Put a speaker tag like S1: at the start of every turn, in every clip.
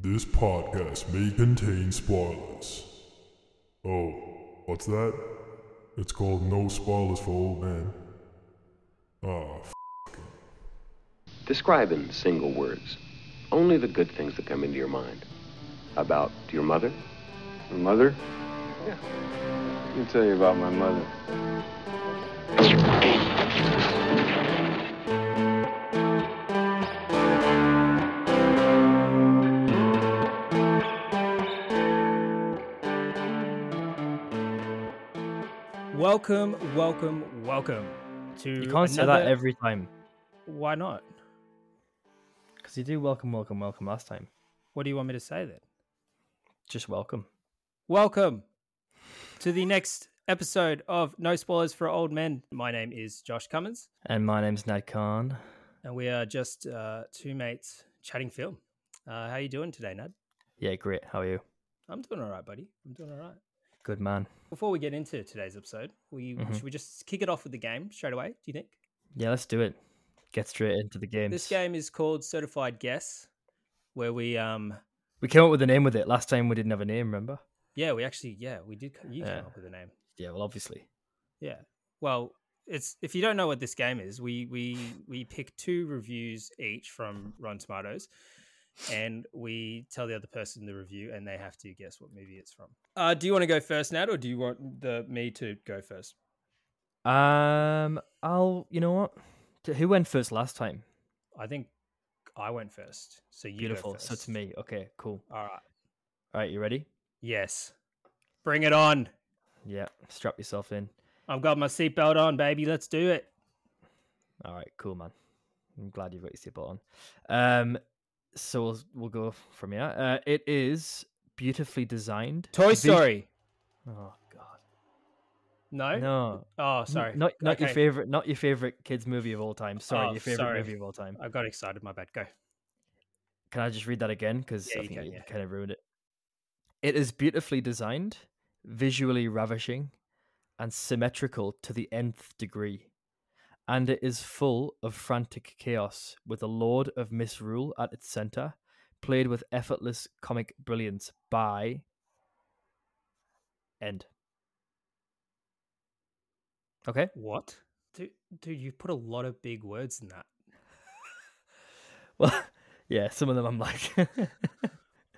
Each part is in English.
S1: This podcast may contain spoilers. Oh, what's that? It's called No Spoilers for Old Men. Ah, f-
S2: Describe in single words only the good things that come into your mind about your mother.
S3: My mother? Yeah. Let me tell you about my mother.
S4: Welcome, welcome, welcome to.
S5: You can't say that
S4: another-
S5: every time
S4: Why not?
S5: because you do welcome, welcome, welcome last time.
S4: What do you want me to say then?
S5: Just welcome.
S4: Welcome to the next episode of No Spoilers for Old Men. My name is Josh Cummins,
S5: And my name's Nad Khan.
S4: and we are just uh, two mates chatting film. Uh, how you doing today, Nad?
S5: Yeah, great. How are you?
S4: I'm doing all right, buddy. I'm doing all right.
S5: Good man.
S4: Before we get into today's episode, we
S5: Mhm.
S4: should we just kick it off with the game straight away? Do you think
S5: Yeah, let's do it. Get straight into the games.
S4: this game is called Certified Guess, where we um
S5: We came up with a name with it last time. We didn't have a name, remember?
S4: yeah we actually yeah we did you
S5: Yeah.
S4: came up with a name.
S5: Yeah, well, obviously.
S4: Yeah. Well, it's if you don't know what this game is, we we we pick two reviews each from Rotten Tomatoes, and we tell the other person the review, and they have to guess what movie it's from. Uh, do you want to go first, Nat, or do you want the me to go first?
S5: Um, I'll. You know what? T- Who went first last time?
S4: I think I went first, so you
S5: Beautiful.
S4: Go first.
S5: So to me. Okay, cool.
S4: All right.
S5: All right, you ready?
S4: Yes. Bring it on.
S5: Yeah. Strap yourself in.
S4: I've got my seatbelt on, baby. Let's do it.
S5: All right, cool, man. I'm glad you've got your seatbelt on. Um, so we'll we'll go from here. Uh, it is beautifully designed.
S4: Toy
S5: vis-
S4: Story.
S5: Oh God,
S4: No.
S5: no.
S4: Oh,
S5: N-
S4: sorry.
S5: Not not your
S4: Okay.
S5: favorite, not your favorite kids movie of all time. Sorry,
S4: Oh,
S5: your favorite
S4: sorry.
S5: movie of all time.
S4: I got excited. My bad. Go.
S5: Can I just read that again? Because
S4: Yeah,
S5: I
S4: you
S5: think
S4: can,
S5: you
S4: yeah.
S5: kind of ruined it. It is beautifully designed, visually ravishing, and symmetrical to the nth degree. And it is full of frantic chaos, with a lord of misrule at its center, played with effortless comic brilliance by. End. Okay.
S4: What? Dude, dude, you put a lot of big words in that.
S5: Well, yeah, some of them I'm like.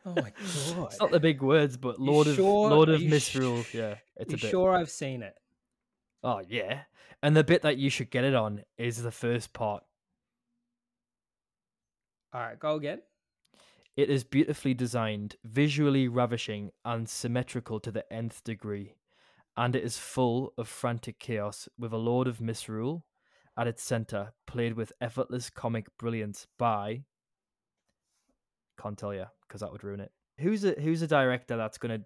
S4: Oh my god.
S5: it's not the big words, but
S4: You
S5: Lord of
S4: sure-
S5: Lord
S4: are
S5: of
S4: you sh-
S5: Misrule. Yeah, it's
S4: you
S5: a bit.
S4: sure I've seen it?
S5: Oh yeah, and the bit that you should get it on is the first part.
S4: All right, go again.
S5: It is beautifully designed, visually ravishing, and symmetrical to the nth degree, and it is full of frantic chaos with a Lord of Misrule at its center, played with effortless comic brilliance by. Can't tell you because that would ruin it. Who's a who's a director that's gonna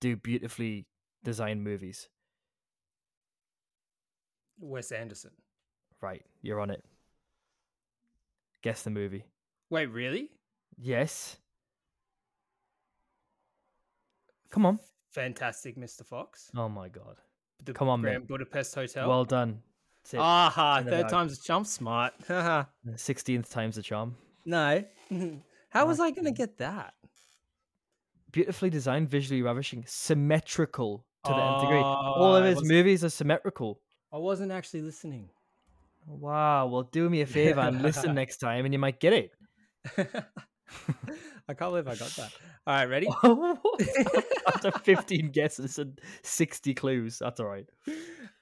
S5: do beautifully designed movies?
S4: Wes Anderson.
S5: Right, you're on it. Guess the movie.
S4: Wait, really?
S5: Yes. Come on.
S4: Fantastic Mr. Fox.
S5: Oh my god.
S4: The
S5: come on, mate.
S4: Grand Budapest Hotel.
S5: Well done. That's it.
S4: Aha,
S5: in the
S4: third
S5: bag.
S4: time's a charm smart. Haha.
S5: The 16th time's the charm.
S4: no. How was I going to
S5: Fucking-
S4: get that?
S5: Beautifully designed, visually ravishing, symmetrical to the nth degree. All of
S4: Oh, I
S5: his
S4: was-
S5: movies are symmetrical.
S4: I wasn't actually listening.
S5: Wow. Well, do me a favor and listen next time, and you might get it.
S4: I can't believe I got that. All right, ready?
S5: After 15 guesses and 60 clues, that's all right.
S4: All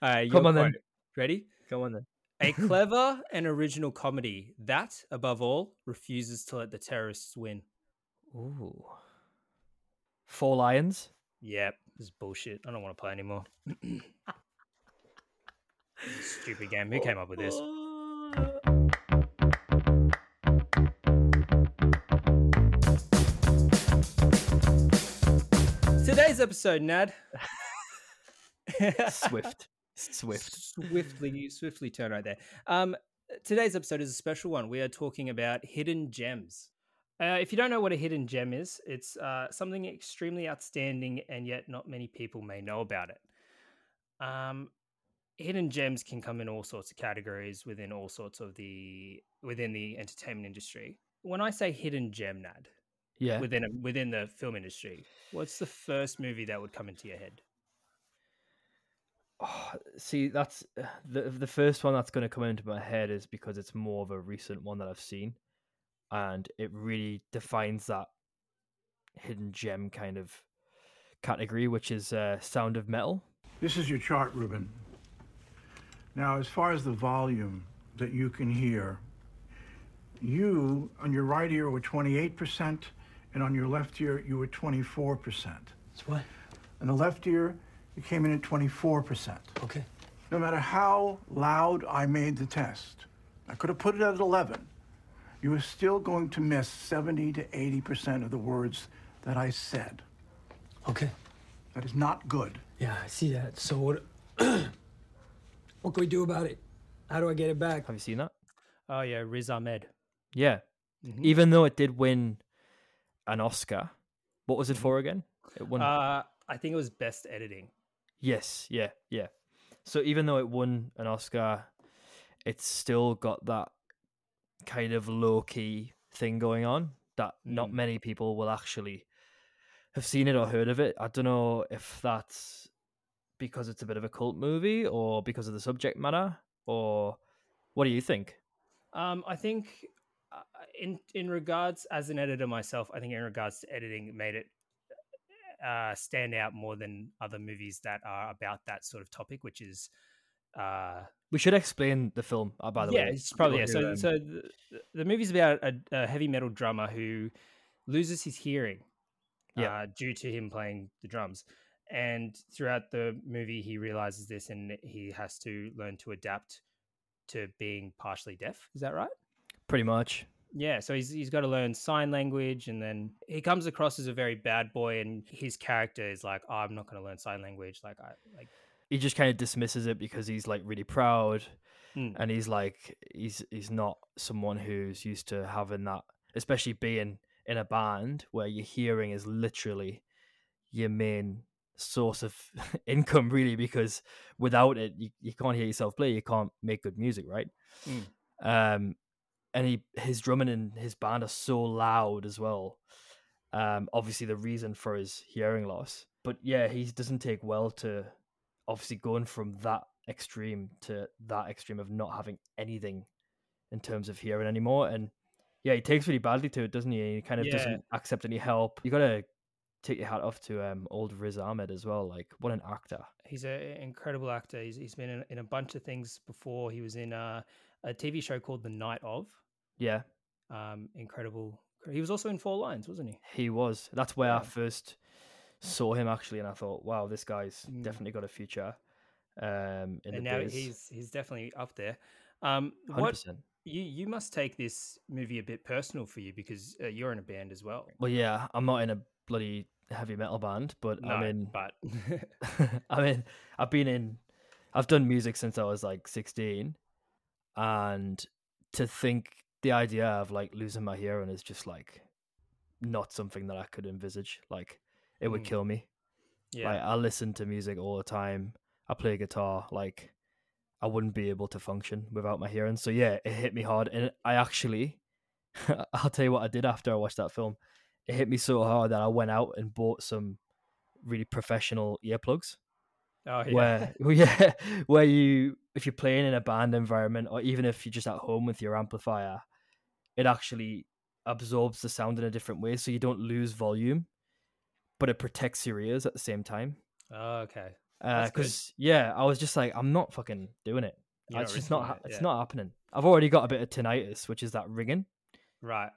S4: right,
S5: Come
S4: your
S5: on then.
S4: quote. Ready?
S5: Go on then.
S4: A clever and original comedy that, above all, refuses to let the terrorists win.
S5: Ooh. Four lions.
S4: Yep, this is bullshit. I don't want to play anymore. Stupid game. Who came up with this? Today's episode, Nad.
S5: Swift. Swift.
S4: Swiftly, swiftly turn right there. Um, today's episode is a special one. We are talking about hidden gems. Uh, if you don't know what a hidden gem is, it's uh, something extremely outstanding, and yet not many people may know about it. Um, hidden gems can come in all sorts of categories within all sorts of the within the entertainment industry. When I say hidden gem, Nad,
S5: Yeah.
S4: within a, within the film industry, what's the first movie that would come into your head?
S5: Oh, see, that's the the first one that's going to come into my head is because it's more of a recent one that I've seen, and it really defines that hidden gem kind of category, which is uh, Sound of Metal.
S6: This is your chart, Ruben. Now, as far as the volume that you can hear, you on your right ear were 28%, and on your left ear, you were 24%.
S7: It's what?
S6: On the left ear, you came in at 24%.
S7: Okay.
S6: No matter how loud I made the test, I could have put it at 11. You were still going to miss 70 to 80% of the words that I said.
S7: Okay.
S6: That is not good.
S7: Yeah, I see that. So what? what can we do about it? How do I get it back?
S5: Have you seen that?
S4: Oh yeah, Riz Ahmed.
S5: Yeah.
S4: Mhm.
S5: Even though it did win an Oscar, what was it for again? It won.
S4: Uh, I think it was best editing.
S5: Yes, yeah, yeah. So even though it won an Oscar, it's still got that kind of low key thing going on that not
S4: Mm.
S5: many people will actually have seen it or heard of it. I don't know if that's because it's a bit of a cult movie or because of the subject matter or what do you think?
S4: Um, I think uh, in in regards as an editor myself, I think in regards to editing, it made it uh, stand out more than other movies that are about that sort of topic, which is. Uh,
S5: We should explain the film, uh, by the
S4: yeah,
S5: way.
S4: it's probably yeah. So,
S5: people who, um,
S4: so the, the movie's about a, a heavy metal drummer who loses his hearing,
S5: Yeah.
S4: uh, due to him playing the drums. And throughout the movie, he realizes this, and he has to learn to adapt to being partially deaf. Is that right?
S5: Pretty much.
S4: Yeah, so he's he's got to learn sign language, and then he comes across as a very bad boy, and his character is like, oh, "I'm not going to learn sign language." Like, I like,
S5: He just kind of dismisses it because he's like really proud
S4: mm,
S5: and he's like he's he's not someone who's used to having that especially being in a band where your hearing is literally your main source of income really because without it you, you can't hear yourself play you can't make good music right
S4: Mm.
S5: um and he his drumming and his band are so loud as well um obviously the reason for his hearing loss but yeah he doesn't take well to obviously going from that extreme to that extreme of not having anything in terms of hearing anymore. And yeah, he takes really badly to it, doesn't he? And He kind of
S4: Yeah.
S5: doesn't accept any help. You gotta take your hat off to um old Riz Ahmed as well. Like what an actor.
S4: he's an incredible actor. He's he's been in, in a bunch of things before. He was in a, a TV show called The Night of.
S5: Yeah,
S4: Um, incredible. He was also in Four Lines, wasn't he?
S5: he was. That's where I
S4: Yeah.
S5: first saw him actually and I thought, wow, this guy's
S4: Mm.
S5: definitely got a future. Um in the
S4: and now
S5: biz.
S4: he's he's definitely up there. Um, what
S5: 100%.
S4: you you must take this movie a bit personal for you because uh, you're in a band as well.
S5: Well yeah, I'm not in a bloody heavy metal band, but
S4: No,
S5: I'm in
S4: but
S5: I mean, I've been in, I've done music since I was like 16. And to think the idea of like losing my hearing is just like not something that I could envisage. Like, it would
S4: Mm.
S5: kill me.
S4: yeah.
S5: Like, I listen to music all the time, I play guitar. Like, I wouldn't be able to function without my hearing. So, yeah, it hit me hard. And I actually, I'll tell you what I did after I watched that film. It hit me so hard that I went out and bought some really professional earplugs
S4: Oh, yeah.
S5: where well, yeah, where you if you're playing in a band environment or even if you're just at home with your amplifier, it actually absorbs the sound in a different way, so you don't lose volume, but it protects your ears at the same time.
S4: Oh, okay. That's good.
S5: Because Uh, yeah, I was just like, I'm not fucking doing it.
S4: You're
S5: it's just
S4: risking
S5: not. ha-
S4: it,
S5: It's
S4: yeah.
S5: not happening. I've already got a bit of tinnitus, which is that ringing.
S4: right.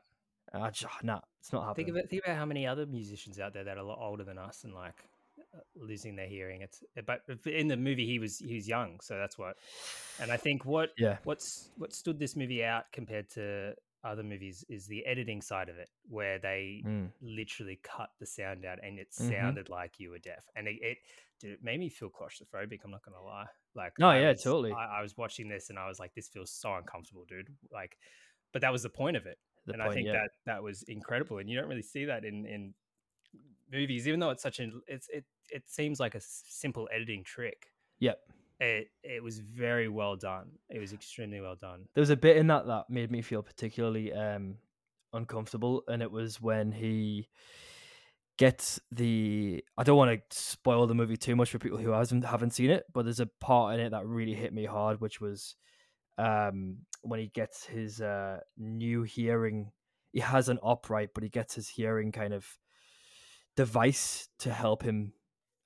S5: And I just nah, it's not happening.
S4: Think of it. Think about how many other musicians out there that are a lot older than us and like uh, losing their hearing. It's uh, but if- in the movie he was he was young, so that's what. And I think what
S5: Yeah.
S4: what's what stood this movie out compared to other movies is the editing side of it, where they
S5: Mm.
S4: literally cut the sound out and it
S5: Mhm.
S4: sounded like you were deaf. And it, it dude, it made me feel claustrophobic. I'm not gonna lie. Like,
S5: No,
S4: I
S5: yeah,
S4: was-
S5: totally.
S4: I, I was watching this and I was like, this feels so uncomfortable, dude. Like, but that was the point of it
S5: The
S4: and
S5: point,
S4: I think
S5: yeah.
S4: that that was incredible, and you don't really see that in in movies, even though it's such an it's it it seems like a s- simple editing trick.
S5: Yep.
S4: It it was very well done. It was extremely well done.
S5: There was a bit in that that made me feel particularly um, uncomfortable, and it was when he gets the. I don't want to spoil the movie too much for people who hasn't haven't seen it, but there's a part in it that really hit me hard, which was um, when he gets his uh, new hearing. He has an op right, but he gets his hearing kind of device to help him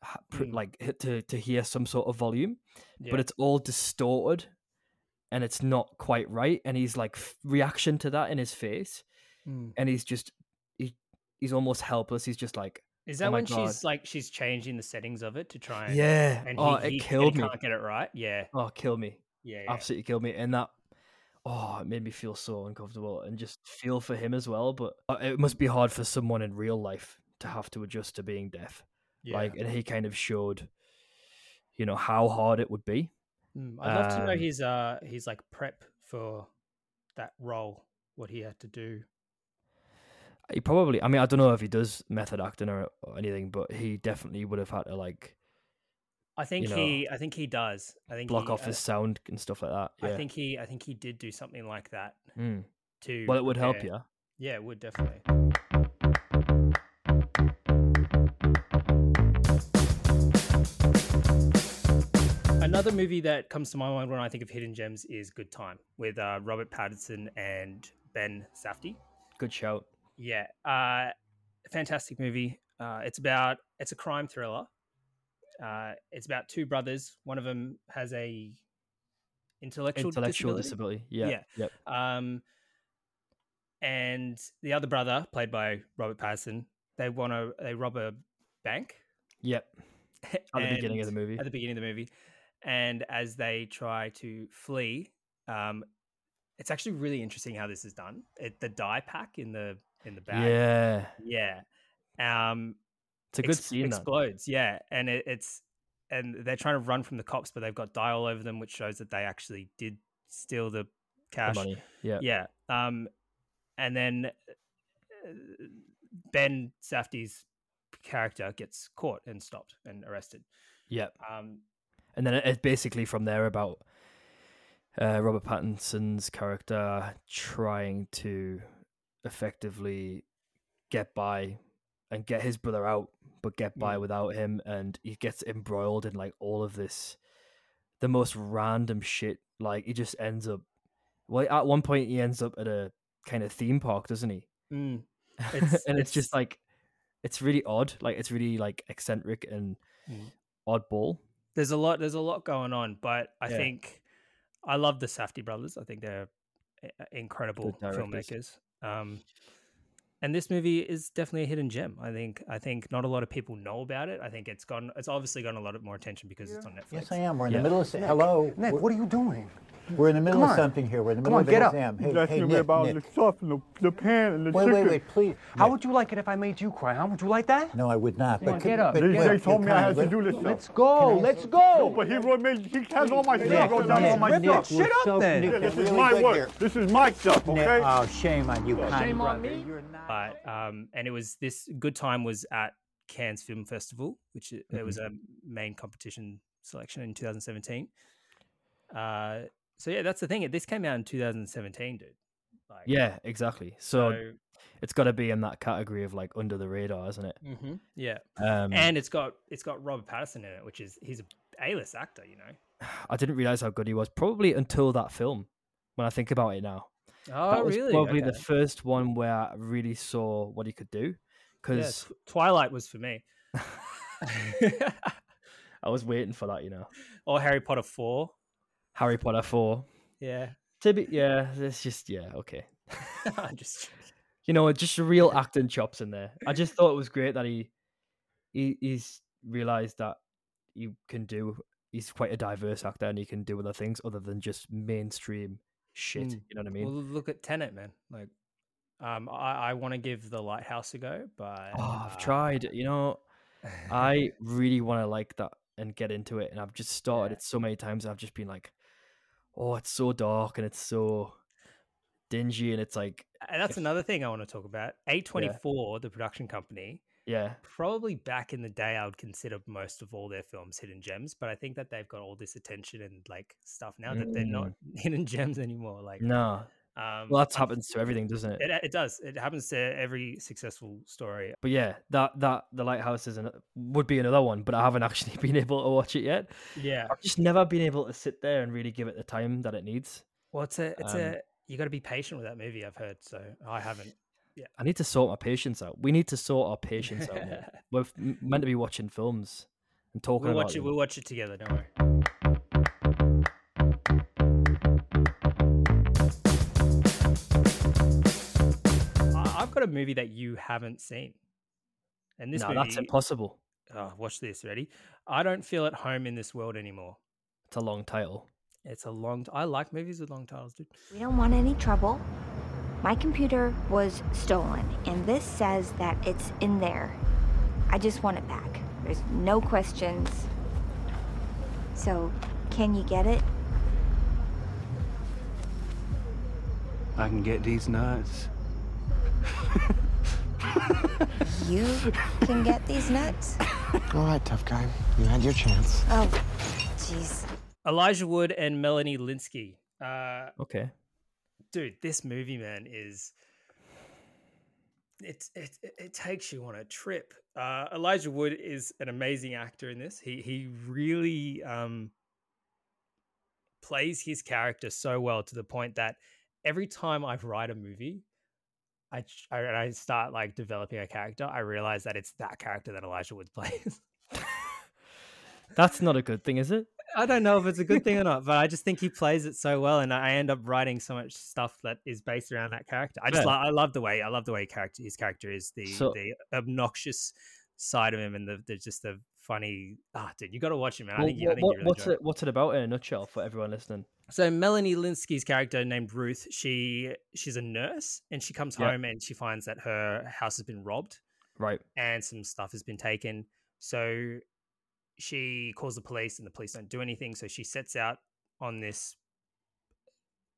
S5: ha- pr-
S4: Mm.
S5: like h- to to hear some sort of volume
S4: Yeah.
S5: but it's all distorted and it's not quite right and he's like f- reaction to that in his face
S4: Mm.
S5: and he's just he, he's almost helpless he's just like
S4: Is
S5: oh
S4: that
S5: my
S4: when
S5: God.
S4: she's like she's changing the settings of it to try and
S5: yeah
S4: and
S5: oh
S4: he,
S5: it
S4: he- and
S5: killed
S4: he
S5: me
S4: can't get it right? Yeah,
S5: oh kill me
S4: yeah, yeah.
S5: absolutely killed me and that oh it made me feel so uncomfortable and just feel for him as well but uh, it must be hard for someone in real life to have to adjust to being deaf
S4: yeah.
S5: like and he kind of showed you know how hard it would be
S4: Mm, I'd love to know
S5: Um,
S4: his uh his like prep for that role, what he had to do.
S5: he probably i mean i don't know if he does method acting or, or anything but he definitely would have had to like
S4: I think
S5: know,
S4: he I think he does. I think
S5: block
S4: he,
S5: off
S4: uh,
S5: his sound and stuff like that yeah
S4: I think he I think he did do something like that
S5: Mm.
S4: to
S5: well it would help
S4: prepare.
S5: you
S4: Yeah, it would definitely. Another movie that comes to my mind when I think of Hidden Gems is Good Time with uh, Robert Pattinson and Ben Safdie.
S5: good shout
S4: Yeah, uh, fantastic movie. Uh, it's about it's a crime thriller. Uh, it's about two brothers. One of them has a intellectual
S5: intellectual
S4: disability
S5: disability, yeah
S4: Yeah.
S5: yep.
S4: um, and the other brother, played by Robert Pattinson, they want to they rob a bank
S5: yep at the beginning of the
S4: and-
S5: movie
S4: At the beginning of the movie, and as they try to flee, um, it's actually really interesting how this is done. It, the die pack in the in the bag,
S5: yeah
S4: yeah, Um,
S5: it's a good
S4: ex-
S5: scene that.
S4: Explodes, yeah, and it, it's and they're trying to run from the cops, but they've got die all over them, which shows that they actually did steal the
S5: The
S4: cash
S5: money yeah
S4: yeah um and then uh, ben safty's character gets caught and stopped and arrested
S5: yeah
S4: um
S5: and then it- it's basically from there about uh, Robert Pattinson's character trying to effectively get by and get his brother out, but get by without him, and he gets embroiled in like all of this, the most random shit. Like he just ends up. Well, at one point he ends up at a kind of theme park, doesn't he?
S4: mm, It's-
S5: It's, and
S4: it's-
S5: it's, just like it's really odd. Like it's really like eccentric and
S4: Mm.
S5: oddball.
S4: there's a lot there's a lot going on but i
S5: Yeah.
S4: think i love the safety brothers i think they're i- i- incredible filmmakers
S5: directors.
S4: um and this movie is definitely a hidden gem i think i think not a lot of people know about it i think it's gotten it's obviously gotten a lot of more attention because it's on netflix
S8: Yes, I am. We're in
S5: Yeah.
S8: the middle of. Hello.
S9: Nick,
S8: we're,
S9: what are you doing?
S8: we're in the middle
S9: Come
S8: of
S9: on.
S8: something here. We're in the
S9: Come
S8: middle
S9: on,
S8: of an
S9: get up.
S8: exam. Hey,
S10: You're
S8: hey,
S10: asking me
S8: Nick,
S10: about
S8: Nick.
S10: the stuff and the, the pan and the
S8: Wait,
S10: chicken.
S8: wait, wait, please.
S9: How would you like it if I made you cry? How would you like that?
S8: No, I would not.
S9: Come on, get up.
S8: but
S10: They,
S9: Wait,
S10: they
S8: you're
S10: told me I
S8: kind
S10: had to
S8: of-
S10: do this
S9: Let's
S10: stuff.
S9: go.
S8: I-
S9: Let's go.
S10: But he wrote me, he has all my stuff,
S8: Nick,
S10: goes down
S8: Nick,
S10: all my
S8: Nick,
S10: stuff.
S9: Nick,
S8: we're
S9: shut up
S8: so-
S9: then.
S8: Nick,
S10: Yeah, this
S8: we're
S10: is
S8: really
S10: my
S8: good
S10: work.
S8: here.
S10: This is my stuff,
S8: Nick,
S10: okay?
S8: Oh, shame on you, kind
S9: Shame on
S8: brother.
S9: me.
S8: You're not-
S4: but
S5: Oh.
S4: um, and it was this good time was at Cannes Film Festival, which it, there was
S5: Mm-hmm.
S4: a main competition selection in 2017. Uh, so yeah, that's the thing. This came out in 2017, dude. Like,
S5: Yeah, exactly. So, it's got to be in that category of like under the radar, isn't it?
S4: mhm, yeah,
S5: Um,
S4: and it's got it's got Robert Pattinson in it, which is he's a A-list actor, you know.
S5: I didn't realize how good he was probably until that film. When I think about it now,
S4: Oh,
S5: that was
S4: really?
S5: probably the first one where I really saw what he could do because
S4: Twilight was for me,
S5: I was waiting for that. You know,
S4: or Harry Potter four.
S5: Harry Potter four.
S4: Yeah,
S5: To be, yeah, it's just yeah, okay.
S4: I'm just
S5: You know, just real acting chops in there. I just thought it was great that he, he he's realized that you can do. He's quite a diverse actor and he can do other things other than just mainstream shit.
S4: Mm.
S5: You know what I mean?
S4: Well, look at Tenet, man. Like, um, I, I want to give The Lighthouse a go, but
S5: Oh, I've
S4: uh,
S5: tried. You know, I really want to like that and get into it. And I've just started
S4: Yeah.
S5: it so many times. I've just been like, oh, it's so dark and it's so dingy. And it's like,
S4: and that's
S5: if-
S4: another thing I want to talk about. A24, the production company,
S5: yeah,
S4: probably back in the day, I would consider most of all their films hidden gems, but I think that they've got all this attention and like stuff now that they're not hidden gems anymore. Like,
S5: Mm. no,
S4: Um,
S5: Well, that happens to everything, doesn't it?
S4: it, it does. It happens to every successful story.
S5: But yeah, that that the lighthouse is an, would be another one, but I haven't actually been able to watch it yet.
S4: Yeah.
S5: I've just never been able to sit there and really give it the time that it needs.
S4: Well, it's a it's
S5: Um,
S4: a you got to be patient with that movie. I've heard, so I haven't.
S5: I need to sort my patience out. We need to sort our patience out. More. We're f- m- meant to be watching films and talking
S4: We'll
S5: about
S4: watch it.
S5: them.
S4: We'll watch it together. Don't worry. I- I've got a movie that you haven't seen, and this
S5: no,
S4: movie.
S5: that's impossible.
S4: Oh, watch this. Ready? I don't feel at home in this world anymore.
S5: It's a long title.
S4: It's a long. I like movies with long titles, dude.
S11: We don't want any trouble. My computer was stolen, and this says that it's in there. I just want it back. There's no questions. So, can you get it?
S12: I can get these nuts.
S11: You can get these nuts?
S12: All right, tough guy. You had your chance.
S11: Oh, jeez.
S4: Elijah Wood and Melanie Linsky. Uh,
S5: Okay.
S4: dude, this movie, man, is it's it it- it takes you on a trip. Uh, Elijah Wood is an amazing actor in this. He he really um, plays his character so well to the point that every time I write a movie, I ch- I, and I start like developing a character. I realize that it's that character that Elijah Wood plays.
S5: That's not a good thing, is it?
S4: I don't know if it's a good thing or not, but I just think he plays it so well, and I end up writing so much stuff that is based around that character. I just
S5: Fair.
S4: lo- I love the way I love the way character his character is the
S5: So-
S4: the obnoxious side of him and the, the just the funny ah dude you got to watch him man I
S5: Well,
S4: think, you I
S5: what-
S4: think
S5: what-
S4: you really
S5: what's
S4: enjoy it.
S5: it? What's it about in a nutshell for everyone listening?
S4: So Melanie Linsky's character named Ruth, she she's a nurse and she comes
S5: Yeah.
S4: home and she finds that her house has been robbed
S5: Right.
S4: and some stuff has been taken. So she calls the police and the police don't do anything. So she sets out on this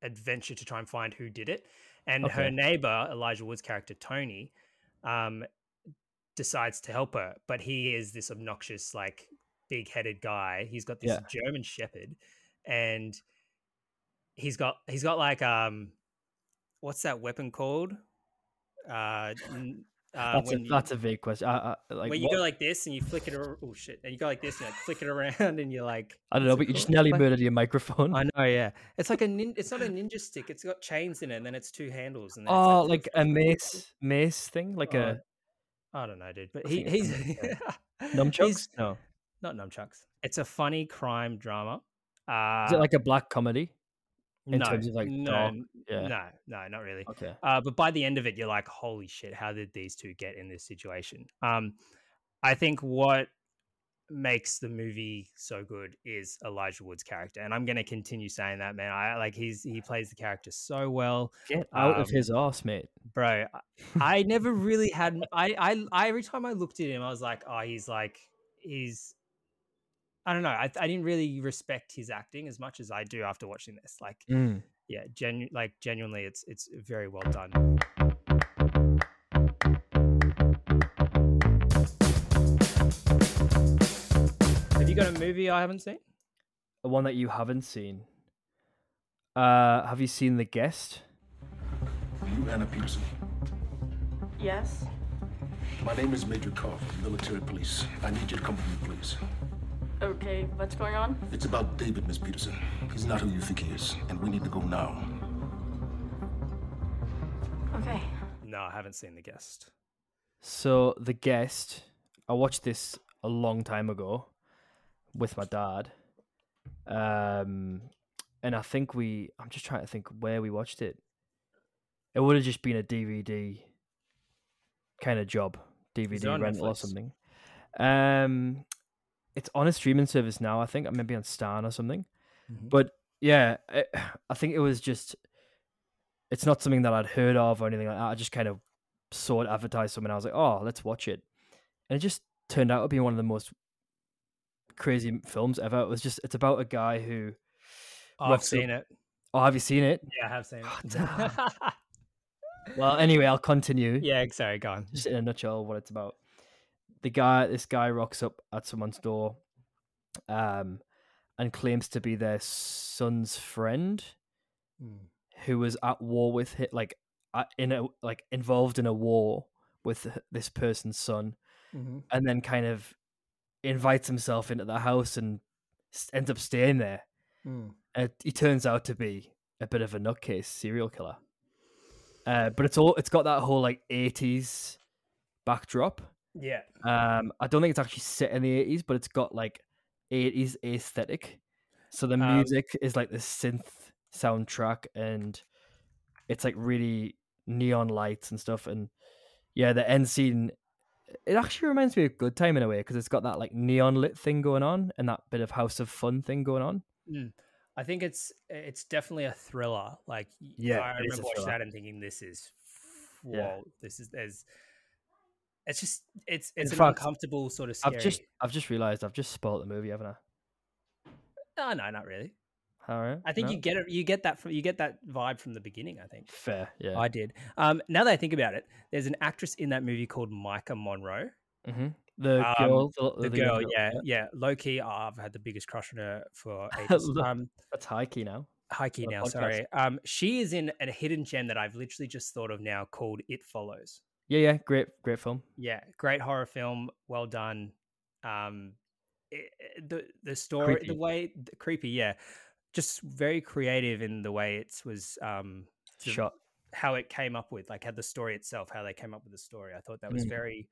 S4: adventure to try and find who did it. And her
S5: Okay.
S4: neighbor, Elijah Wood's character, Tony, um, decides to help her. But he is this obnoxious, like big headed guy. He's got this
S5: Yeah.
S4: German shepherd and he's got he's got like um what's that weapon called? Uh, n- uh
S5: that's a,
S4: when you-
S5: that's a vague question. I, I, like,
S4: where you
S5: what-
S4: go like this and you flick it around. Oh shit! And you go like this and like flick it around and you're like,
S5: I don't know, but you just nearly murdered your microphone.
S4: I know, yeah. It's like a nin- it's not a ninja stick. It's got chains in it and then it's two handles. And then it's
S5: Oh,
S4: flick,
S5: like
S4: flick,
S5: a
S4: flick, flick,
S5: mace mace thing, like
S4: Oh,
S5: a
S4: I don't know, dude. But
S5: I
S4: he,
S5: think
S4: he's
S5: it's something
S4: he's-
S5: nunchucks. No,
S4: not nunchucks. It's a funny crime drama. Uh,
S5: is it like a black comedy? In
S4: no,
S5: terms of like
S4: no,
S5: dark?
S4: n-
S5: Yeah.
S4: no, no, not really.
S5: Okay.
S4: Uh, but by the end of it, you're like, holy shit, how did these two get in this situation? Um, I think what makes the movie so good is Elijah Wood's character, and I'm going to continue saying that, man. I like he's he plays the character so well,
S5: Get out of
S4: Um,
S5: his ass, mate.
S4: bro. I, I never really had. I, I I every time I looked at him, I was like, oh, he's like he's. I don't know. I, I didn't really respect his acting as much as I do after watching this. Like,
S5: Mm.
S4: yeah, genu- like genuinely, it's it's very well done. Have you got a movie I haven't seen?
S5: The one that you haven't seen. Uh, have you seen The Guest?
S13: You Anna Peterson.
S14: Yes?
S13: My name is Major Koff, military police. I need you to come with me, please.
S14: Okay, what's going on?
S13: It's about David, Miss Peterson. He's not who you think he is, and we need to go now.
S14: Okay.
S4: No, I haven't seen The Guest.
S5: So the guest, I watched this a long time ago with my dad, um, and I think we. I'm just trying to think where we watched it. It would have just been a DVD kind of job,
S4: it
S5: DVD
S4: on
S5: rental or
S4: Netflix?
S5: something. Um, it's on a streaming service now. I think maybe on Stan or something.
S4: Mhm.
S5: But yeah, I, I think it was just. It's not something that I'd heard of or anything like that. I just kind of saw it advertised somewhere. And I was like, oh, let's watch it, and it just turned out to be one of the most crazy m- films ever. It was just it's about a guy who.
S4: Oh, I've
S5: rocks up-
S4: seen it.
S5: Oh, have you seen it?
S4: Yeah, I have seen it.
S5: Well, anyway, I'll continue.
S4: yeah, sorry, go on.
S5: Just in a nutshell, what it's about. The guy, this guy, rocks up at someone's door, um, and claims to be their son's friend, who was at war with hit like at- in a like involved in a war with h- this person's son,
S4: Mhm.
S5: and then kind of invites himself into the house and s- ends up staying there.
S4: Mm.
S5: And he turns out to be a bit of a nutcase serial killer. Uh, but it's all it's got that whole like eighties backdrop.
S4: Yeah.
S5: Um, I don't think it's actually set in the eighties, but it's got like eighties aesthetic. So the
S4: Um,
S5: music is like the synth soundtrack, and it's like really neon lights and stuff. And yeah, the end scene it actually reminds me of Good Time in a way because it's got that like neon lit thing going on and that bit of House of Fun thing going on.
S4: Mm. I think it's it's definitely a thriller. Like y-
S5: Yeah,
S4: I
S5: it is a
S4: remember watching
S5: thriller.
S4: that and thinking this is f- whoa,
S5: Yeah.
S4: this is there's it's just it's
S5: In
S4: it's an
S5: fact,
S4: uncomfortable sort of scary.
S5: I've just I've just realized I've just spoiled the movie, haven't
S4: No, no, not really.
S5: I? All right.
S4: I think
S5: no?
S4: you get it you get that from you get that vibe from the beginning, I think.
S5: fair. Yeah.
S4: I did. Um now that I think about it, there's an actress in that movie called Micah Monroe.
S5: hmm Oh, The
S4: Um,
S5: girl,
S4: the,
S5: young
S4: girl, yeah, yeah. Low key, I've had the biggest crush on her for ages.
S5: Look,
S4: um,
S5: that's high key now.
S4: High key
S5: on the
S4: now,
S5: podcast.
S4: sorry. Um, she is in a hidden gem that I've literally just thought of now called It Follows.
S5: Yeah, yeah, great, great film.
S4: Yeah, great horror film. Well done. Um, it, it- the the story,
S5: Creepy.
S4: the way the, creepy, yeah, just very creative in the way it was um sort of
S5: Shot.
S4: how it came up with, like how the story itself, how they came up with the story. I thought that was
S5: Mm.
S4: very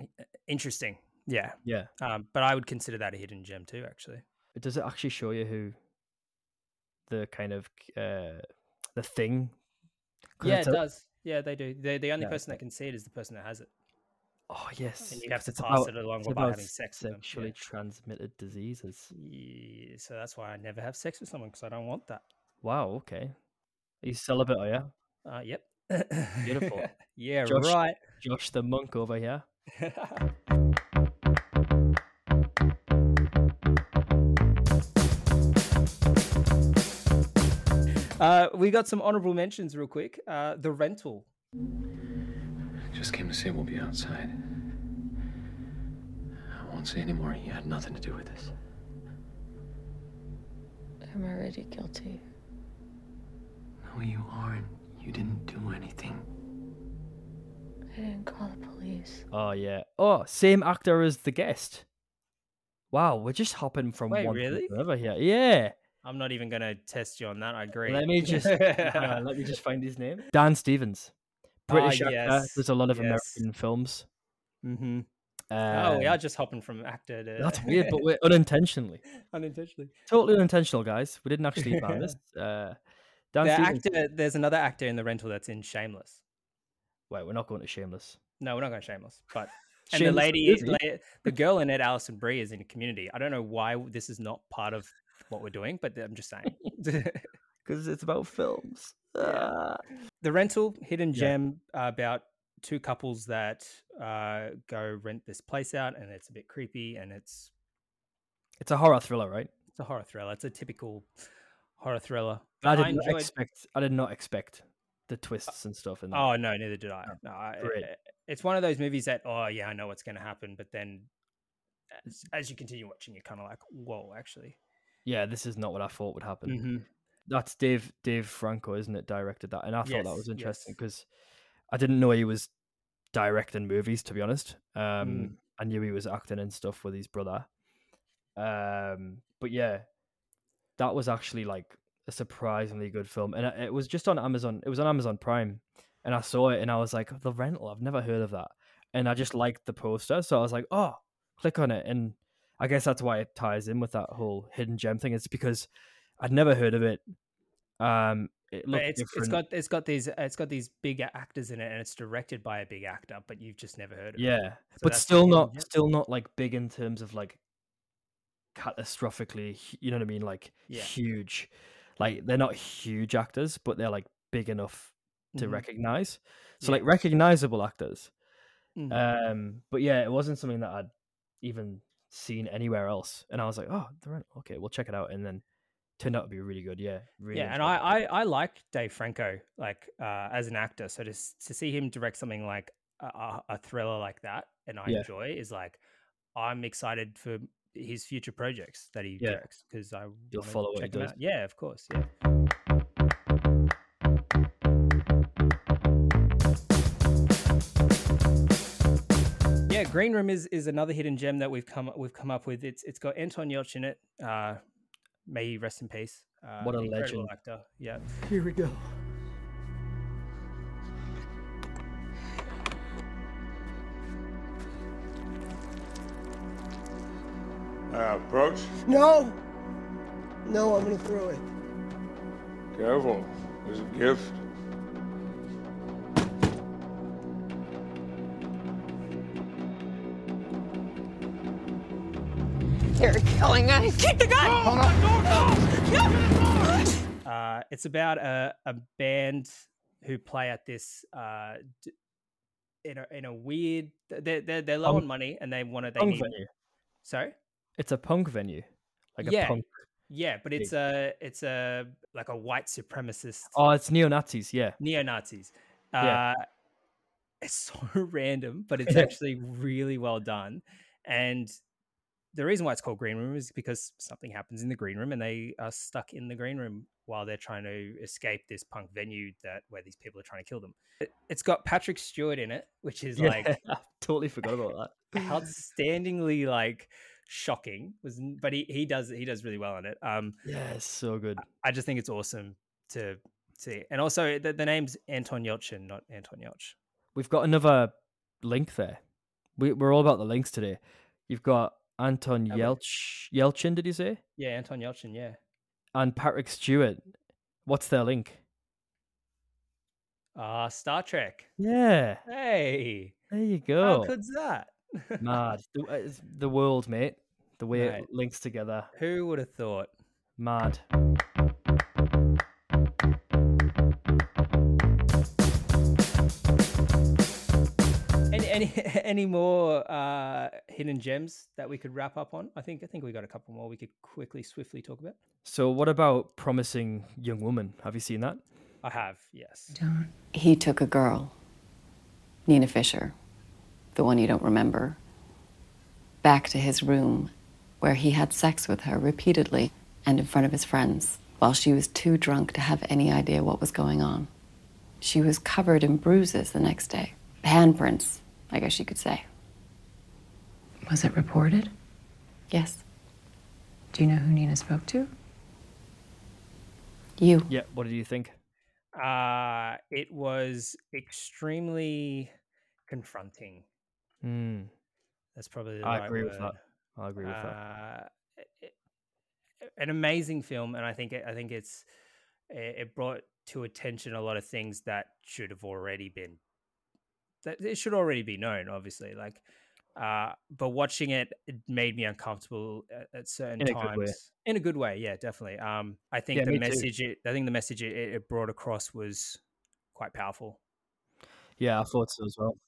S4: uh, interesting. Yeah,
S5: Yeah.
S4: um, but I would consider that a hidden gem too, actually.
S5: But does it actually show you who the kind of uh the thing? 'Cause
S4: Yeah,
S5: it's
S4: it
S5: a-
S4: does. Yeah, they do. The the only
S5: Yeah,
S4: person that can see it is the person that has it.
S5: Oh yes,
S4: and you have
S5: 'cause
S4: to
S5: it's
S4: pass
S5: about-
S4: it along
S5: it's
S4: by
S5: about
S4: having sex with them.
S5: Sexually transmitted diseases.
S4: Yeah, so that's why I never have sex with someone because I don't want that.
S5: Wow. Okay. Are you celibate? Are you?
S4: Uh, yep.
S5: Beautiful.
S4: yeah,
S5: Josh,
S4: right.
S5: Josh the monk over here.
S4: Uh, we got some honorable mentions real quick. Uh, the rental.
S13: Just came to say we'll be outside. I won't say anymore. You had nothing to do with this.
S15: I'm already guilty.
S13: No, you aren't. You didn't do anything.
S15: I didn't call the police.
S5: Oh yeah. Oh, same actor as the guest. Wow, we're just hopping from
S4: Wait,
S5: one to
S4: really?
S5: another here. Yeah.
S4: I'm not even going to test you on that. I agree.
S5: Let me just hang on, let me just find his name. Dan Stevens,
S4: Ah,
S5: British actor.
S4: yes,
S5: There's a lot of
S4: yes.
S5: American films.
S4: Mm-hmm.
S5: Uh,
S4: oh, we are just hopping from actor to.
S5: That's weird, but we're unintentionally,
S4: unintentionally.
S5: totally unintentional, guys. We didn't actually plan this. Uh, Dan
S4: the
S5: Stevens.
S4: actor, there's another actor in the rental that's in Shameless.
S5: Wait, we're not going to Shameless.
S4: No, we're not going to Shameless, but and the
S5: Shameless
S4: lady, is,
S5: movie.
S4: la- the girl in it, Alison Brie, is in Community. I don't know why w- this is not part of what we're doing, but I'm just saying.
S5: because it's about films. Ah.
S4: the rental hidden
S5: Yeah.
S4: gem about two couples that uh, go rent this place out, and it's a bit creepy, and it's
S5: It's a horror thriller, right?
S4: it's a horror thriller. It's a typical horror thriller.
S5: I
S4: that
S5: did not
S4: enjoyed.
S5: expect. I did not expect the twists and stuff in that.
S4: Oh no, neither did I. No, I eh,
S5: Great.
S4: it's one of those movies that oh yeah, I know what's going to happen, but then as, as you continue watching, you're kind of like, whoa, actually.
S5: yeah, this is not what I thought would happen.
S4: Mhm.
S5: That's Dave Dave Franco, isn't it? Directed that, and I thought that
S4: Yes,
S5: was interesting
S4: yes.
S5: because I didn't know he was directing movies. To be honest, um,
S4: Mm.
S5: I knew he was acting and stuff with his brother. Um, but yeah, that was actually like a surprisingly good film, and uh, it- it was just on Amazon. It was on Amazon Prime, and I saw it, and I was like, "The Rental." I've never heard of that, and I just liked the poster, so I was like, "Oh, click on it," and I guess that's why it ties in with that whole hidden gem thing. It's because I'd never heard of it. Um, it
S4: But
S5: looked
S4: it's,
S5: different.
S4: it's got it's got these it's got these big a- actors in it, and it's directed by a big actor, but you've just never heard of it.
S5: yeah,
S4: So
S5: but
S4: that's the
S5: still
S4: hidden
S5: not,
S4: gem.
S5: still not like big in terms of like catastrophically. hu- You know what I mean? Like
S4: Yeah.
S5: huge. Like they're not huge actors, but they're like big enough to
S4: Mhm.
S5: recognize. So
S4: Yeah.
S5: like recognizable actors.
S4: Mhm.
S5: Um, but yeah, it wasn't something that I'd even seen anywhere else, and I was like, oh, the rent. Okay, we'll check it out, and then turned out to be really good. Yeah, really.
S4: yeah, and
S5: enjoyed
S4: I,
S5: it.
S4: I I like Dave Franco like uh, as an actor, so to s- to see him direct something like a, a a thriller like that, and I
S5: Yeah.
S4: enjoy is like I'm excited for his future projects that he
S5: Yeah.
S4: directs because I
S5: You'll
S4: wanna
S5: follow what he
S4: check 'em
S5: does.
S4: out. Yeah, of course. Yeah. yeah, Green Room is is another hidden gem that we've come we've come up with. It's it's got Anton Yelchin in it. Uh, may he rest in peace. Uh,
S5: What a
S4: incredible
S5: legend.
S4: actor. Yeah.
S7: Here we go.
S16: Uh, approach.
S17: No! No, I'm gonna throw it.
S16: Careful. There's a gift.
S17: You're killing us. Keep the gun! Hold on.
S4: Uh, it's about a, a band who play at this uh, d- in a in a weird. They're they're, they're low
S5: Punk-
S4: on money and they want to. They
S5: punk
S4: need.
S5: venue.
S4: Sorry.
S5: It's a punk venue, like a
S4: yeah.
S5: punk.
S4: Yeah, but it's a it's a like a white supremacist
S5: Oh, it's neo Nazis. Yeah,
S4: neo Nazis.
S5: Yeah.
S4: Uh, it's so random, but it's actually really well done. And the reason why it's called green room is because something happens in the green room, and they are stuck in the green room while they're trying to escape this punk venue that where these people are trying to kill them. It, it's got Patrick Stewart in it, which is
S5: Yeah,
S4: like
S5: I totally forgot about that.
S4: outstandingly like shocking. Was n- but he he does he does really well in it. Um,
S5: Yeah, it's so good.
S4: I just think it's awesome to see. And also, the, the name's Anton Yelchin, not Anton Yelch.
S5: We've got another link there. We, we're all about the links today. You've got Anton Yelch, Yelchin, did you say?
S4: Yeah, Anton Yelchin, yeah.
S5: And Patrick Stewart. What's their link?
S4: Ah, Star Trek.
S5: Yeah.
S4: Hey.
S5: There you
S4: How
S5: go.
S4: good's that?
S5: Mad. The, uh, it's the world, mate. The way
S4: Mate.
S5: it links together.
S4: Who would have thought?
S5: Mad.
S4: Any any any more uh, hidden gems that we could wrap up on? I think I think we got a couple more we could quickly, swiftly talk about.
S5: So, what about Promising Young Woman? Have you seen that?
S4: I have, yes.
S18: He took a girl, Nina Fisher, the one you don't remember, back to his room where he had sex with her repeatedly and in front of his friends while she was too drunk to have any idea what was going on. She was covered in bruises the next day, handprints, I guess you could say.
S15: Was it reported?
S18: Yes,
S15: Do you know who Nina spoke to?
S18: you.
S5: Yeah, what did you think?
S4: Uh, it was extremely confronting.
S5: Mm,
S4: That's probably the
S5: I
S4: right
S5: agree with
S4: word.
S5: that. I agree with that.
S4: uh, it- it- an amazing film, and I think it, I think it's it it brought to attention a lot of things that should have already been that it should already be known, obviously. Like, uh, but watching it, it made me uncomfortable at, at certain
S5: In a good way.
S4: times in a good way. Yeah, definitely. Um, I think
S5: Yeah,
S4: the
S5: me too.
S4: message it, I think the message it, it brought across was quite powerful.
S5: Yeah, I thought so as well.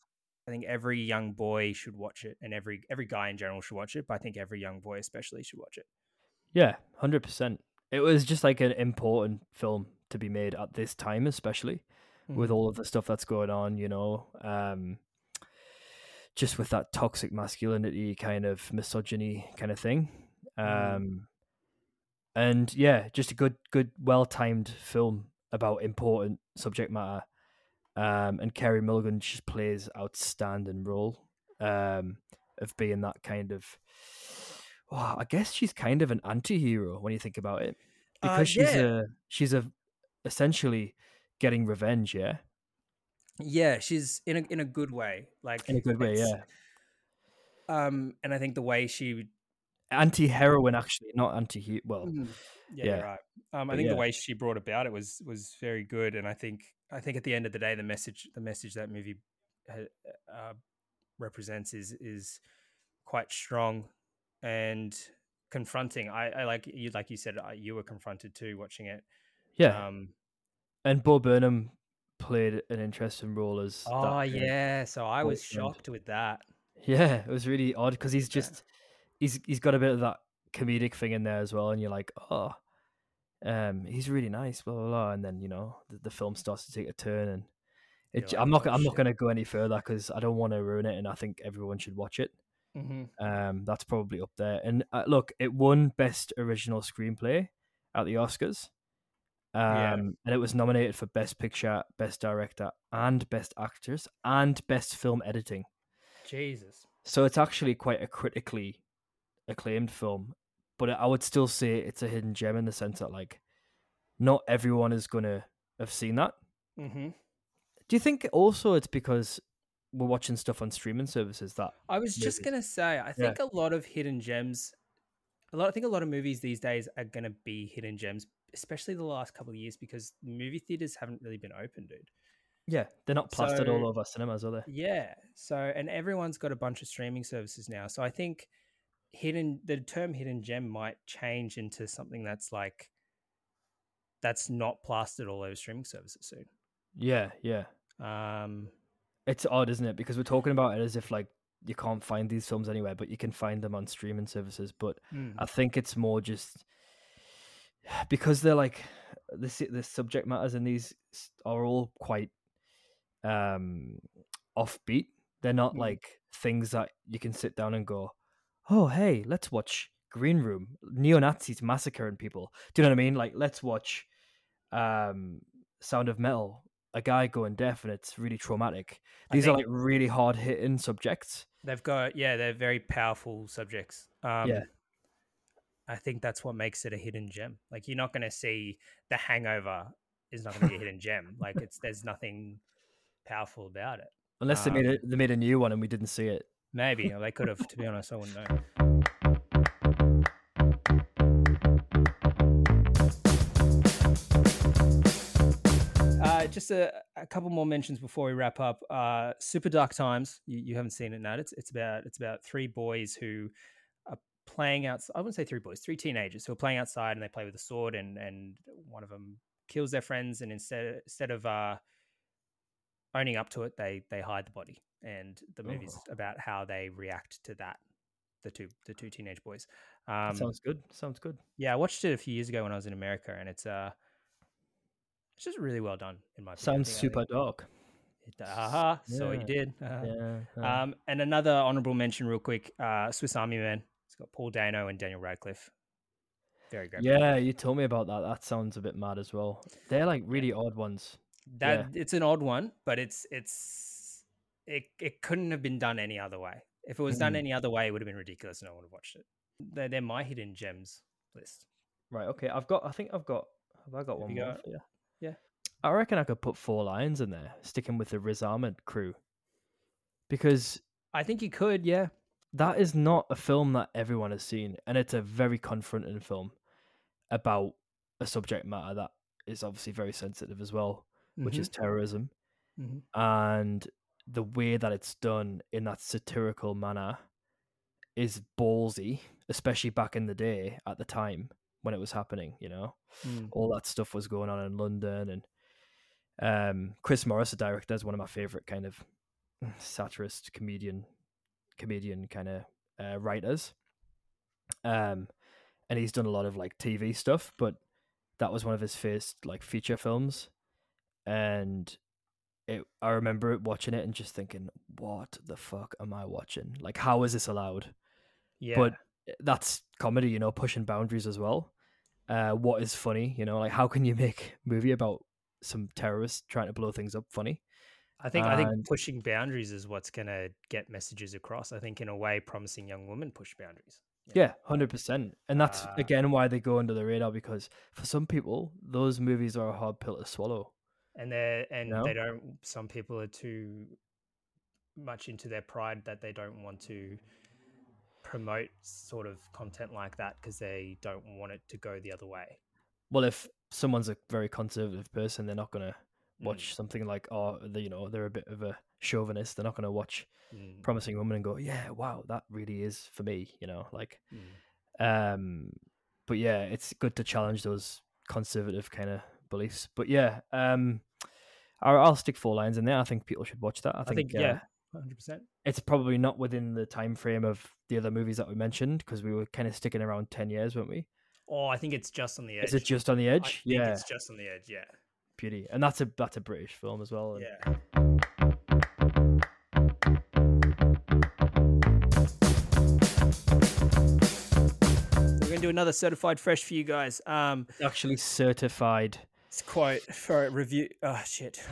S4: I think every young boy should watch it, and every every guy in general should watch it. But I think every young boy especially should watch it.
S5: Yeah, hundred percent. It was just like an important film to be made at this time, especially with
S4: Mhm.
S5: all of the stuff that's going on. You know, um, just with that toxic masculinity kind of misogyny kind of thing. Um,
S4: Mm.
S5: and yeah, just a good, good, well timed film about important subject matter. Um, and Kerry Mulligan just plays outstanding role um, of being that kind of. Well, I guess she's kind of an anti-hero when you think about it,
S4: Uh,
S5: because she's
S4: yeah.
S5: a she's a essentially getting revenge. Yeah,
S4: Yeah, she's in a in a good way, like
S5: in a good way.
S4: it's-
S5: Yeah,
S4: Um, and I think the way she,
S5: anti-heroine actually, not anti. Well,
S4: Mm. yeah, you're right. Um, I
S5: Mm-hmm. But
S4: think the
S5: yeah.
S4: way she brought about it was was very good, and I think I think at the end of the day, the message the message that movie ha- uh, represents is is quite strong and confronting. I, I like you like you said, uh, you were confronted too watching it.
S5: Yeah.
S4: Um,
S5: and Bo Burnham played an interesting role as. that
S4: oh
S5: kind of
S4: yeah, so I was
S5: boyfriend.
S4: shocked with that.
S5: Yeah, it was really odd because he's just he's he's got a bit of that comedic thing in there as well, and you're like, oh, um, he's really nice, blah blah blah, and then you know the, the film starts to take a turn, and it,
S4: You're
S5: I'm
S4: like,
S5: not
S4: "Oh,
S5: I'm not
S4: shit."
S5: going to go any further because I don't want to ruin it, and I think everyone should watch it.
S4: Mhm.
S5: Um, that's probably up there. And uh, look, it won best original screenplay at the Oscars. Um,
S4: Yeah.
S5: and it was nominated for best picture, best director, and best actors, and best film editing.
S4: Jesus.
S5: So it's actually quite a critically acclaimed film, but I would still say it's a hidden gem in the sense that like not everyone is gonna have seen that.
S4: Mm-hmm.
S5: Do you think also it's because we're watching stuff on streaming services that
S4: I was just
S5: maybe-
S4: gonna say, I think a lot of hidden gems, a lot. I think a lot of movies these days are gonna be hidden gems, especially the last couple of years because movie theaters haven't really been open, dude.
S5: yeah they're not plastered all
S4: So-
S5: over cinemas, are they?
S4: Yeah. So, and everyone's got a bunch of streaming services now. So I think hidden the term hidden gem might change into something that's like that's not plastered all over streaming services soon.
S5: Yeah, yeah.
S4: Um,
S5: it's odd, isn't it? Because we're talking about it as if like you can't find these films anywhere, but you can find them on streaming services. But
S4: Mm.
S5: I think it's more just because they're like the s- the subject matters in these s- are all quite um offbeat. They're not
S4: Mm.
S5: like things that you can sit down and go, oh hey, let's watch Green Room, neo Nazis massacring people. Do you know what I mean? Like let's watch um Sound of Metal, a guy going deaf and it's really traumatic.
S4: I
S5: These are like
S4: think-
S5: really hard hitting subjects.
S4: They've got yeah, they're very powerful subjects. Um,
S5: Yeah.
S4: I think that's what makes it a hidden gem. Like you're not going to see The Hangover is not going to be a hidden gem. Like it's there's nothing powerful about it.
S5: Unless
S4: Um,
S5: they made a, they made a new one and we didn't see it.
S4: Maybe or they could have. To be honest, I wouldn't know. Uh, just a, a couple more mentions before we wrap up. Uh, Super Dark Times. You, you haven't seen it, Nat. It's it's about it's about three boys who are playing outside. I wouldn't say three boys, three teenagers who are playing outside and they play with a sword, and and one of them kills their friends, and instead instead of uh, owning up to it, they they hide the body, and the movie's about how they react to that. The two the two teenage boys.
S5: That
S4: Um,
S5: sounds good. Sounds good.
S4: Yeah, I watched it a few years ago when I was in America, and it's uh, it's just really well done in my opinion. I
S5: Sounds
S4: think- I
S5: super
S4: think-
S5: dark.
S4: it- Aha, so he
S5: Yeah,
S4: did. Aha.
S5: yeah, uh-huh. yeah.
S4: Um, and another honorable mention, real quick uh, Swiss Army Man. It's got Paul Dano and Daniel Radcliffe. Very great. movie.
S5: Yeah, you told me about that. That sounds a bit mad as well. They're like really odd ones.
S4: That it's an odd one, but it's it's it it couldn't have been done any other way. If it was done
S5: Mm.
S4: any other way, it would have been ridiculous, and I would have watched it. They're, they're my hidden gems list.
S5: Right. Okay. I've got. I think I've got. Have I got
S4: Have
S5: one
S4: you
S5: more?
S4: got-
S5: for you?
S4: yeah.
S5: I reckon I could put four lions in there, sticking with the Riz Ahmed crew, because
S4: I think you could. Yeah.
S5: that is not a film that everyone has seen, and it's a very confronting film about a subject matter that is obviously very sensitive as well, which
S4: Mhm.
S5: is terrorism,
S4: Mhm.
S5: and the way that it's done in that satirical manner is ballsy, especially back in the day at the time when it was happening. You know,
S4: Mm.
S5: all that stuff was going on in London, and um, Chris Morris, the director, is one of my favorite kind of satirist comedian, comedian kind of uh, writers. Um, and he's done a lot of like TV stuff, but that was one of his first like feature films, and it I remember it watching it and just thinking, what the fuck am I watching? Like, how is this allowed? But that's comedy, you know, pushing boundaries as well. Uh, what is funny, you know, like how can you make a movie about some terrorists trying to blow things up funny?
S4: I think I
S5: And-
S4: think pushing boundaries is what's going to get messages across. I think in a way, promising young women push boundaries.
S5: Yeah, hundred percent, and that's
S4: Uh,
S5: again why they go under the radar because for some people, those movies are a hard pill to swallow.
S4: and they're and
S5: No.
S4: they don't some people are too much into their pride that they don't want to promote sort of content like that because they don't want it to go the other way
S5: Well, if someone's a very conservative person, they're not gonna watch something like, oh, they, you know, they're a bit of a chauvinist. They're not gonna watch
S4: Mm.
S5: Promising Woman and go, yeah, wow, that really is for me, you know, like.
S4: Mm.
S5: Um, but yeah, it's good to challenge those conservative kind of beliefs. But yeah, um, I'll, I'll stick four lines in there. I think people should watch that. I
S4: i
S5: think,
S4: think,
S5: uh,
S4: yeah 100%
S5: it's probably not within the time frame of the other movies that we mentioned because we were kind of sticking around 10 years weren't we
S4: oh i think it's just on the edge
S5: Is it just on the
S4: I
S5: edge?
S4: think
S5: Yeah.
S4: it's just on the edge yeah
S5: beauty and that's a that's a british film as well and
S4: yeah So we're gonna do another certified fresh for you guys um
S5: actually certified
S4: it's quote for a review oh shit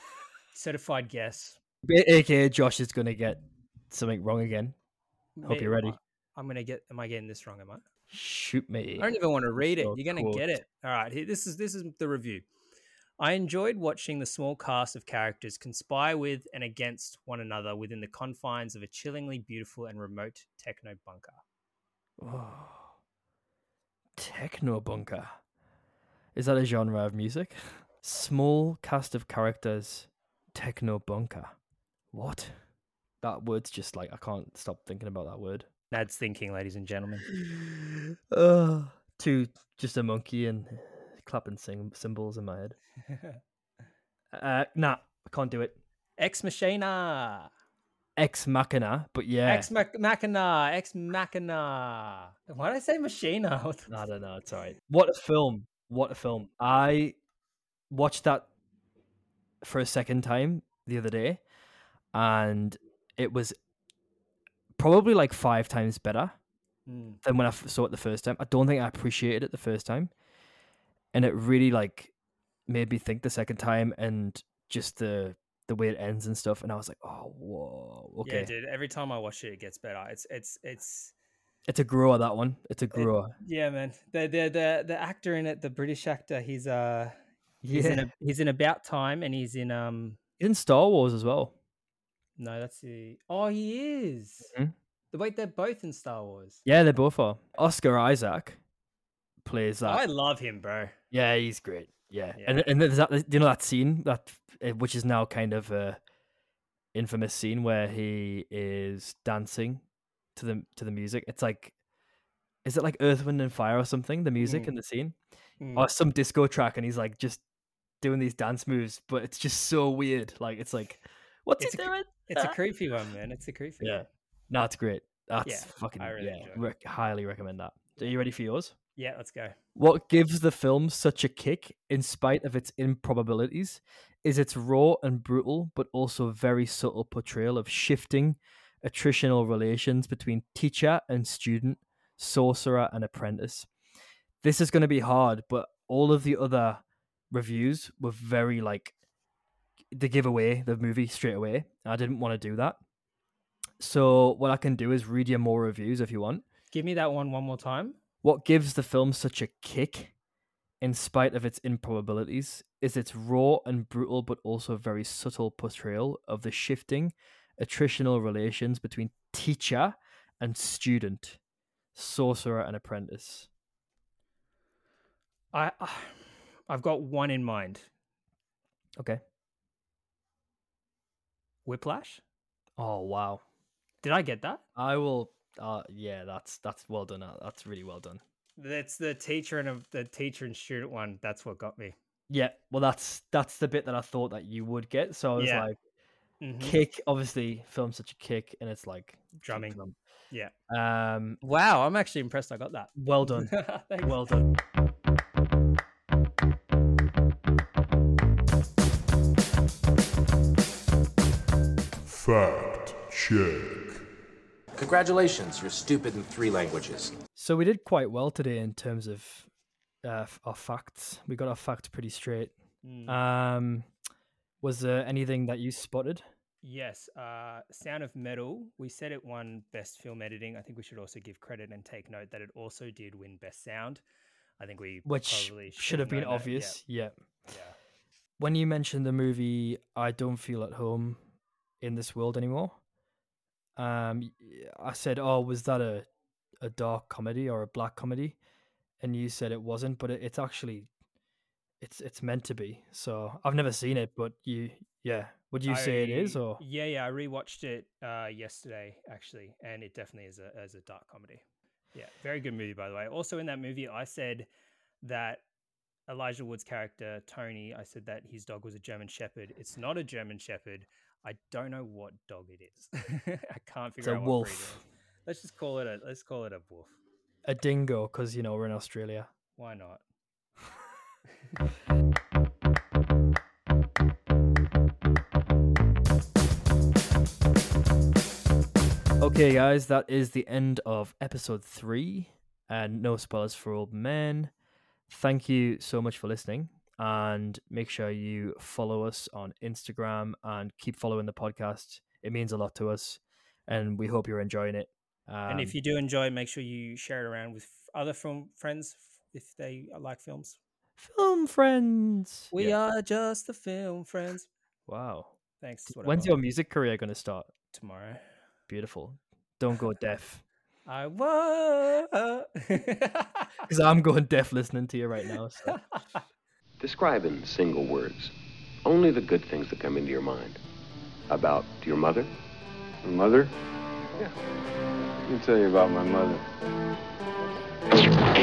S4: certified guess
S5: aka josh is gonna get something wrong again Hope you're ready.
S4: I'm gonna get. Am I getting this wrong? Am I?
S5: Shoot me.
S4: I don't even want to read it.
S5: Your
S4: You're going to get
S5: quote.
S4: it. All right. Here, this is this is the review. I enjoyed watching the small cast of characters conspire with and against one another within the confines of a chillingly beautiful and remote techno bunker.
S5: Oh. Techno bunker. Is that a genre of music? Small cast of characters. Techno bunker. What? That word's just like I can't stop thinking about that word.
S4: Nad's thinking, ladies and gentlemen.
S5: Uh, to just a monkey and clapping sing- cymbals in my head. Uh, nah, I can't do it.
S4: Ex Machina.
S5: Ex Machina, but yeah.
S4: Ex Mach- Machina. Ex Machina. Why did I say Machina? What the-
S5: I don't know. It's all right. What a film. What a film. I watched that for a second time the other day, and it was probably like five times better
S4: Mm.
S5: than when I f- saw it the first time. I don't think I appreciated it the first time, and it really like made me think the second time and just the the way it ends and stuff. And I was like, oh whoa, okay,
S4: Yeah, dude. Every time I watch it, it gets better. It's it's it's.
S5: it's a grower that one. It's a grower.
S4: Yeah, man. The the the the actor in it, the British actor, he's uh he's in a, he's in About Time and he's in um
S5: in Star Wars as well.
S4: no, that's the oh he is.
S5: Mhm.
S4: The wait, they're both in Star Wars.
S5: Yeah, they both are. Oscar Isaac plays that.
S4: I love him, bro.
S5: yeah, he's great. Yeah,
S4: Yeah.
S5: and and there's that you know that scene that eh, which is now kind of a infamous scene where he is dancing to the to the music. It's like, is it like Earth, Wind, and Fire or something? The music
S4: Mm.
S5: in the scene, or
S4: Mm.
S5: some disco track, and he's like just doing these dance moves, but it's just so weird. Like it's like, what's
S4: It's
S5: he
S4: a cre-
S5: doing?
S4: It's a
S5: Ah.
S4: creepy one, man. It's a creepy.
S5: Yeah.
S4: one.
S5: No, it's great. That's
S4: Yeah,
S5: fucking
S4: I really
S5: yeah.
S4: enjoy it.
S5: Rec- highly recommend that. Are you ready for yours?
S4: Yeah, let's go.
S5: What gives the film such a kick, in spite of its improbabilities, is its raw and brutal, but also very subtle portrayal of shifting attritional relations between teacher and student, sorcerer and apprentice. This is going to be hard, but all of the other reviews were very like they give away the movie straight away. I didn't want to do that. So what I can do is read you more reviews if you want.
S4: Give me that one one more time.
S5: What gives the film such a kick, in spite of its improbabilities, is its raw and brutal but also very subtle portrayal of the shifting attritional relations between teacher and student, sorcerer and apprentice.
S4: I, I I've got one in mind.
S5: Okay.
S4: Whiplash.
S5: Oh wow.
S4: Did I get that?
S5: I will uh yeah, that's that's well done. Al. That's really well done.
S4: That's the teacher and a, the teacher and student one. That's what got me.
S5: Yeah, well that's that's the bit that I thought that you would get. So I was
S4: Yeah.
S5: like
S4: Mhm.
S5: kick, obviously film such a kick and it's like
S4: Drumming.
S5: drum.
S4: Yeah.
S5: Um
S4: Wow, I'm actually impressed. I got that.
S5: well done.
S4: Thanks.
S5: well done.
S1: Fact check.
S19: Congratulations, you're stupid in three languages.
S5: So we did quite well today in terms of uh, f- our facts. We got our facts pretty straight.
S4: Mm.
S5: Um, was there anything that you spotted?
S4: Yes, uh, Sound of Metal. We said it won Best Film Editing. I think we should also give credit and take note that it also did win Best Sound. I think we
S5: Which
S4: probably should
S5: should have been
S4: known that, yeah.
S5: obvious. Yeah.
S4: Yeah.
S5: When you mentioned the movie I Don't Feel at Home in This World Anymore, um, y- I said, Oh, was that a, a dark comedy or a black comedy? And you said it wasn't, but it, it's actually it's it's meant to be. So I've never seen it, but you yeah. Would you say it is
S4: I-
S5: or
S4: yeah, yeah. I rewatched it uh, yesterday actually, and it definitely is a as a dark comedy. Yeah, very good movie by the way. Also in that movie, I said that Elijah Wood's character Tony, I said that his dog was a German Shepherd. It's not a German Shepherd. I don't know what dog it is. I can't figure
S5: a
S4: out what breed it
S5: wolf.
S4: is. Let's just call it a let's call it a wolf.
S5: a dingo because you know we're in Australia.
S4: Why not?
S5: Okay, guys, that is the end of episode three, and no spoilers for old men. Thank you so much for listening, and make sure you follow us on Instagram and keep following the podcast. It means a lot to us, and we hope you're enjoying it.
S4: and if you do enjoy, make sure you share it around with f- other film friends f- if they like films.
S5: Film friends.
S4: We are just the film friends.
S5: Wow.
S4: Thanks. that's what I
S5: When's
S4: got.
S5: your music career going to start?
S4: Tomorrow.
S5: Beautiful. Don't go deaf.
S4: I was.
S5: Because I'm going deaf listening to you right now. So.
S2: Describe in single words only the good things that come into your mind about your mother.
S3: Mother? Yeah. Let me tell you about my mother.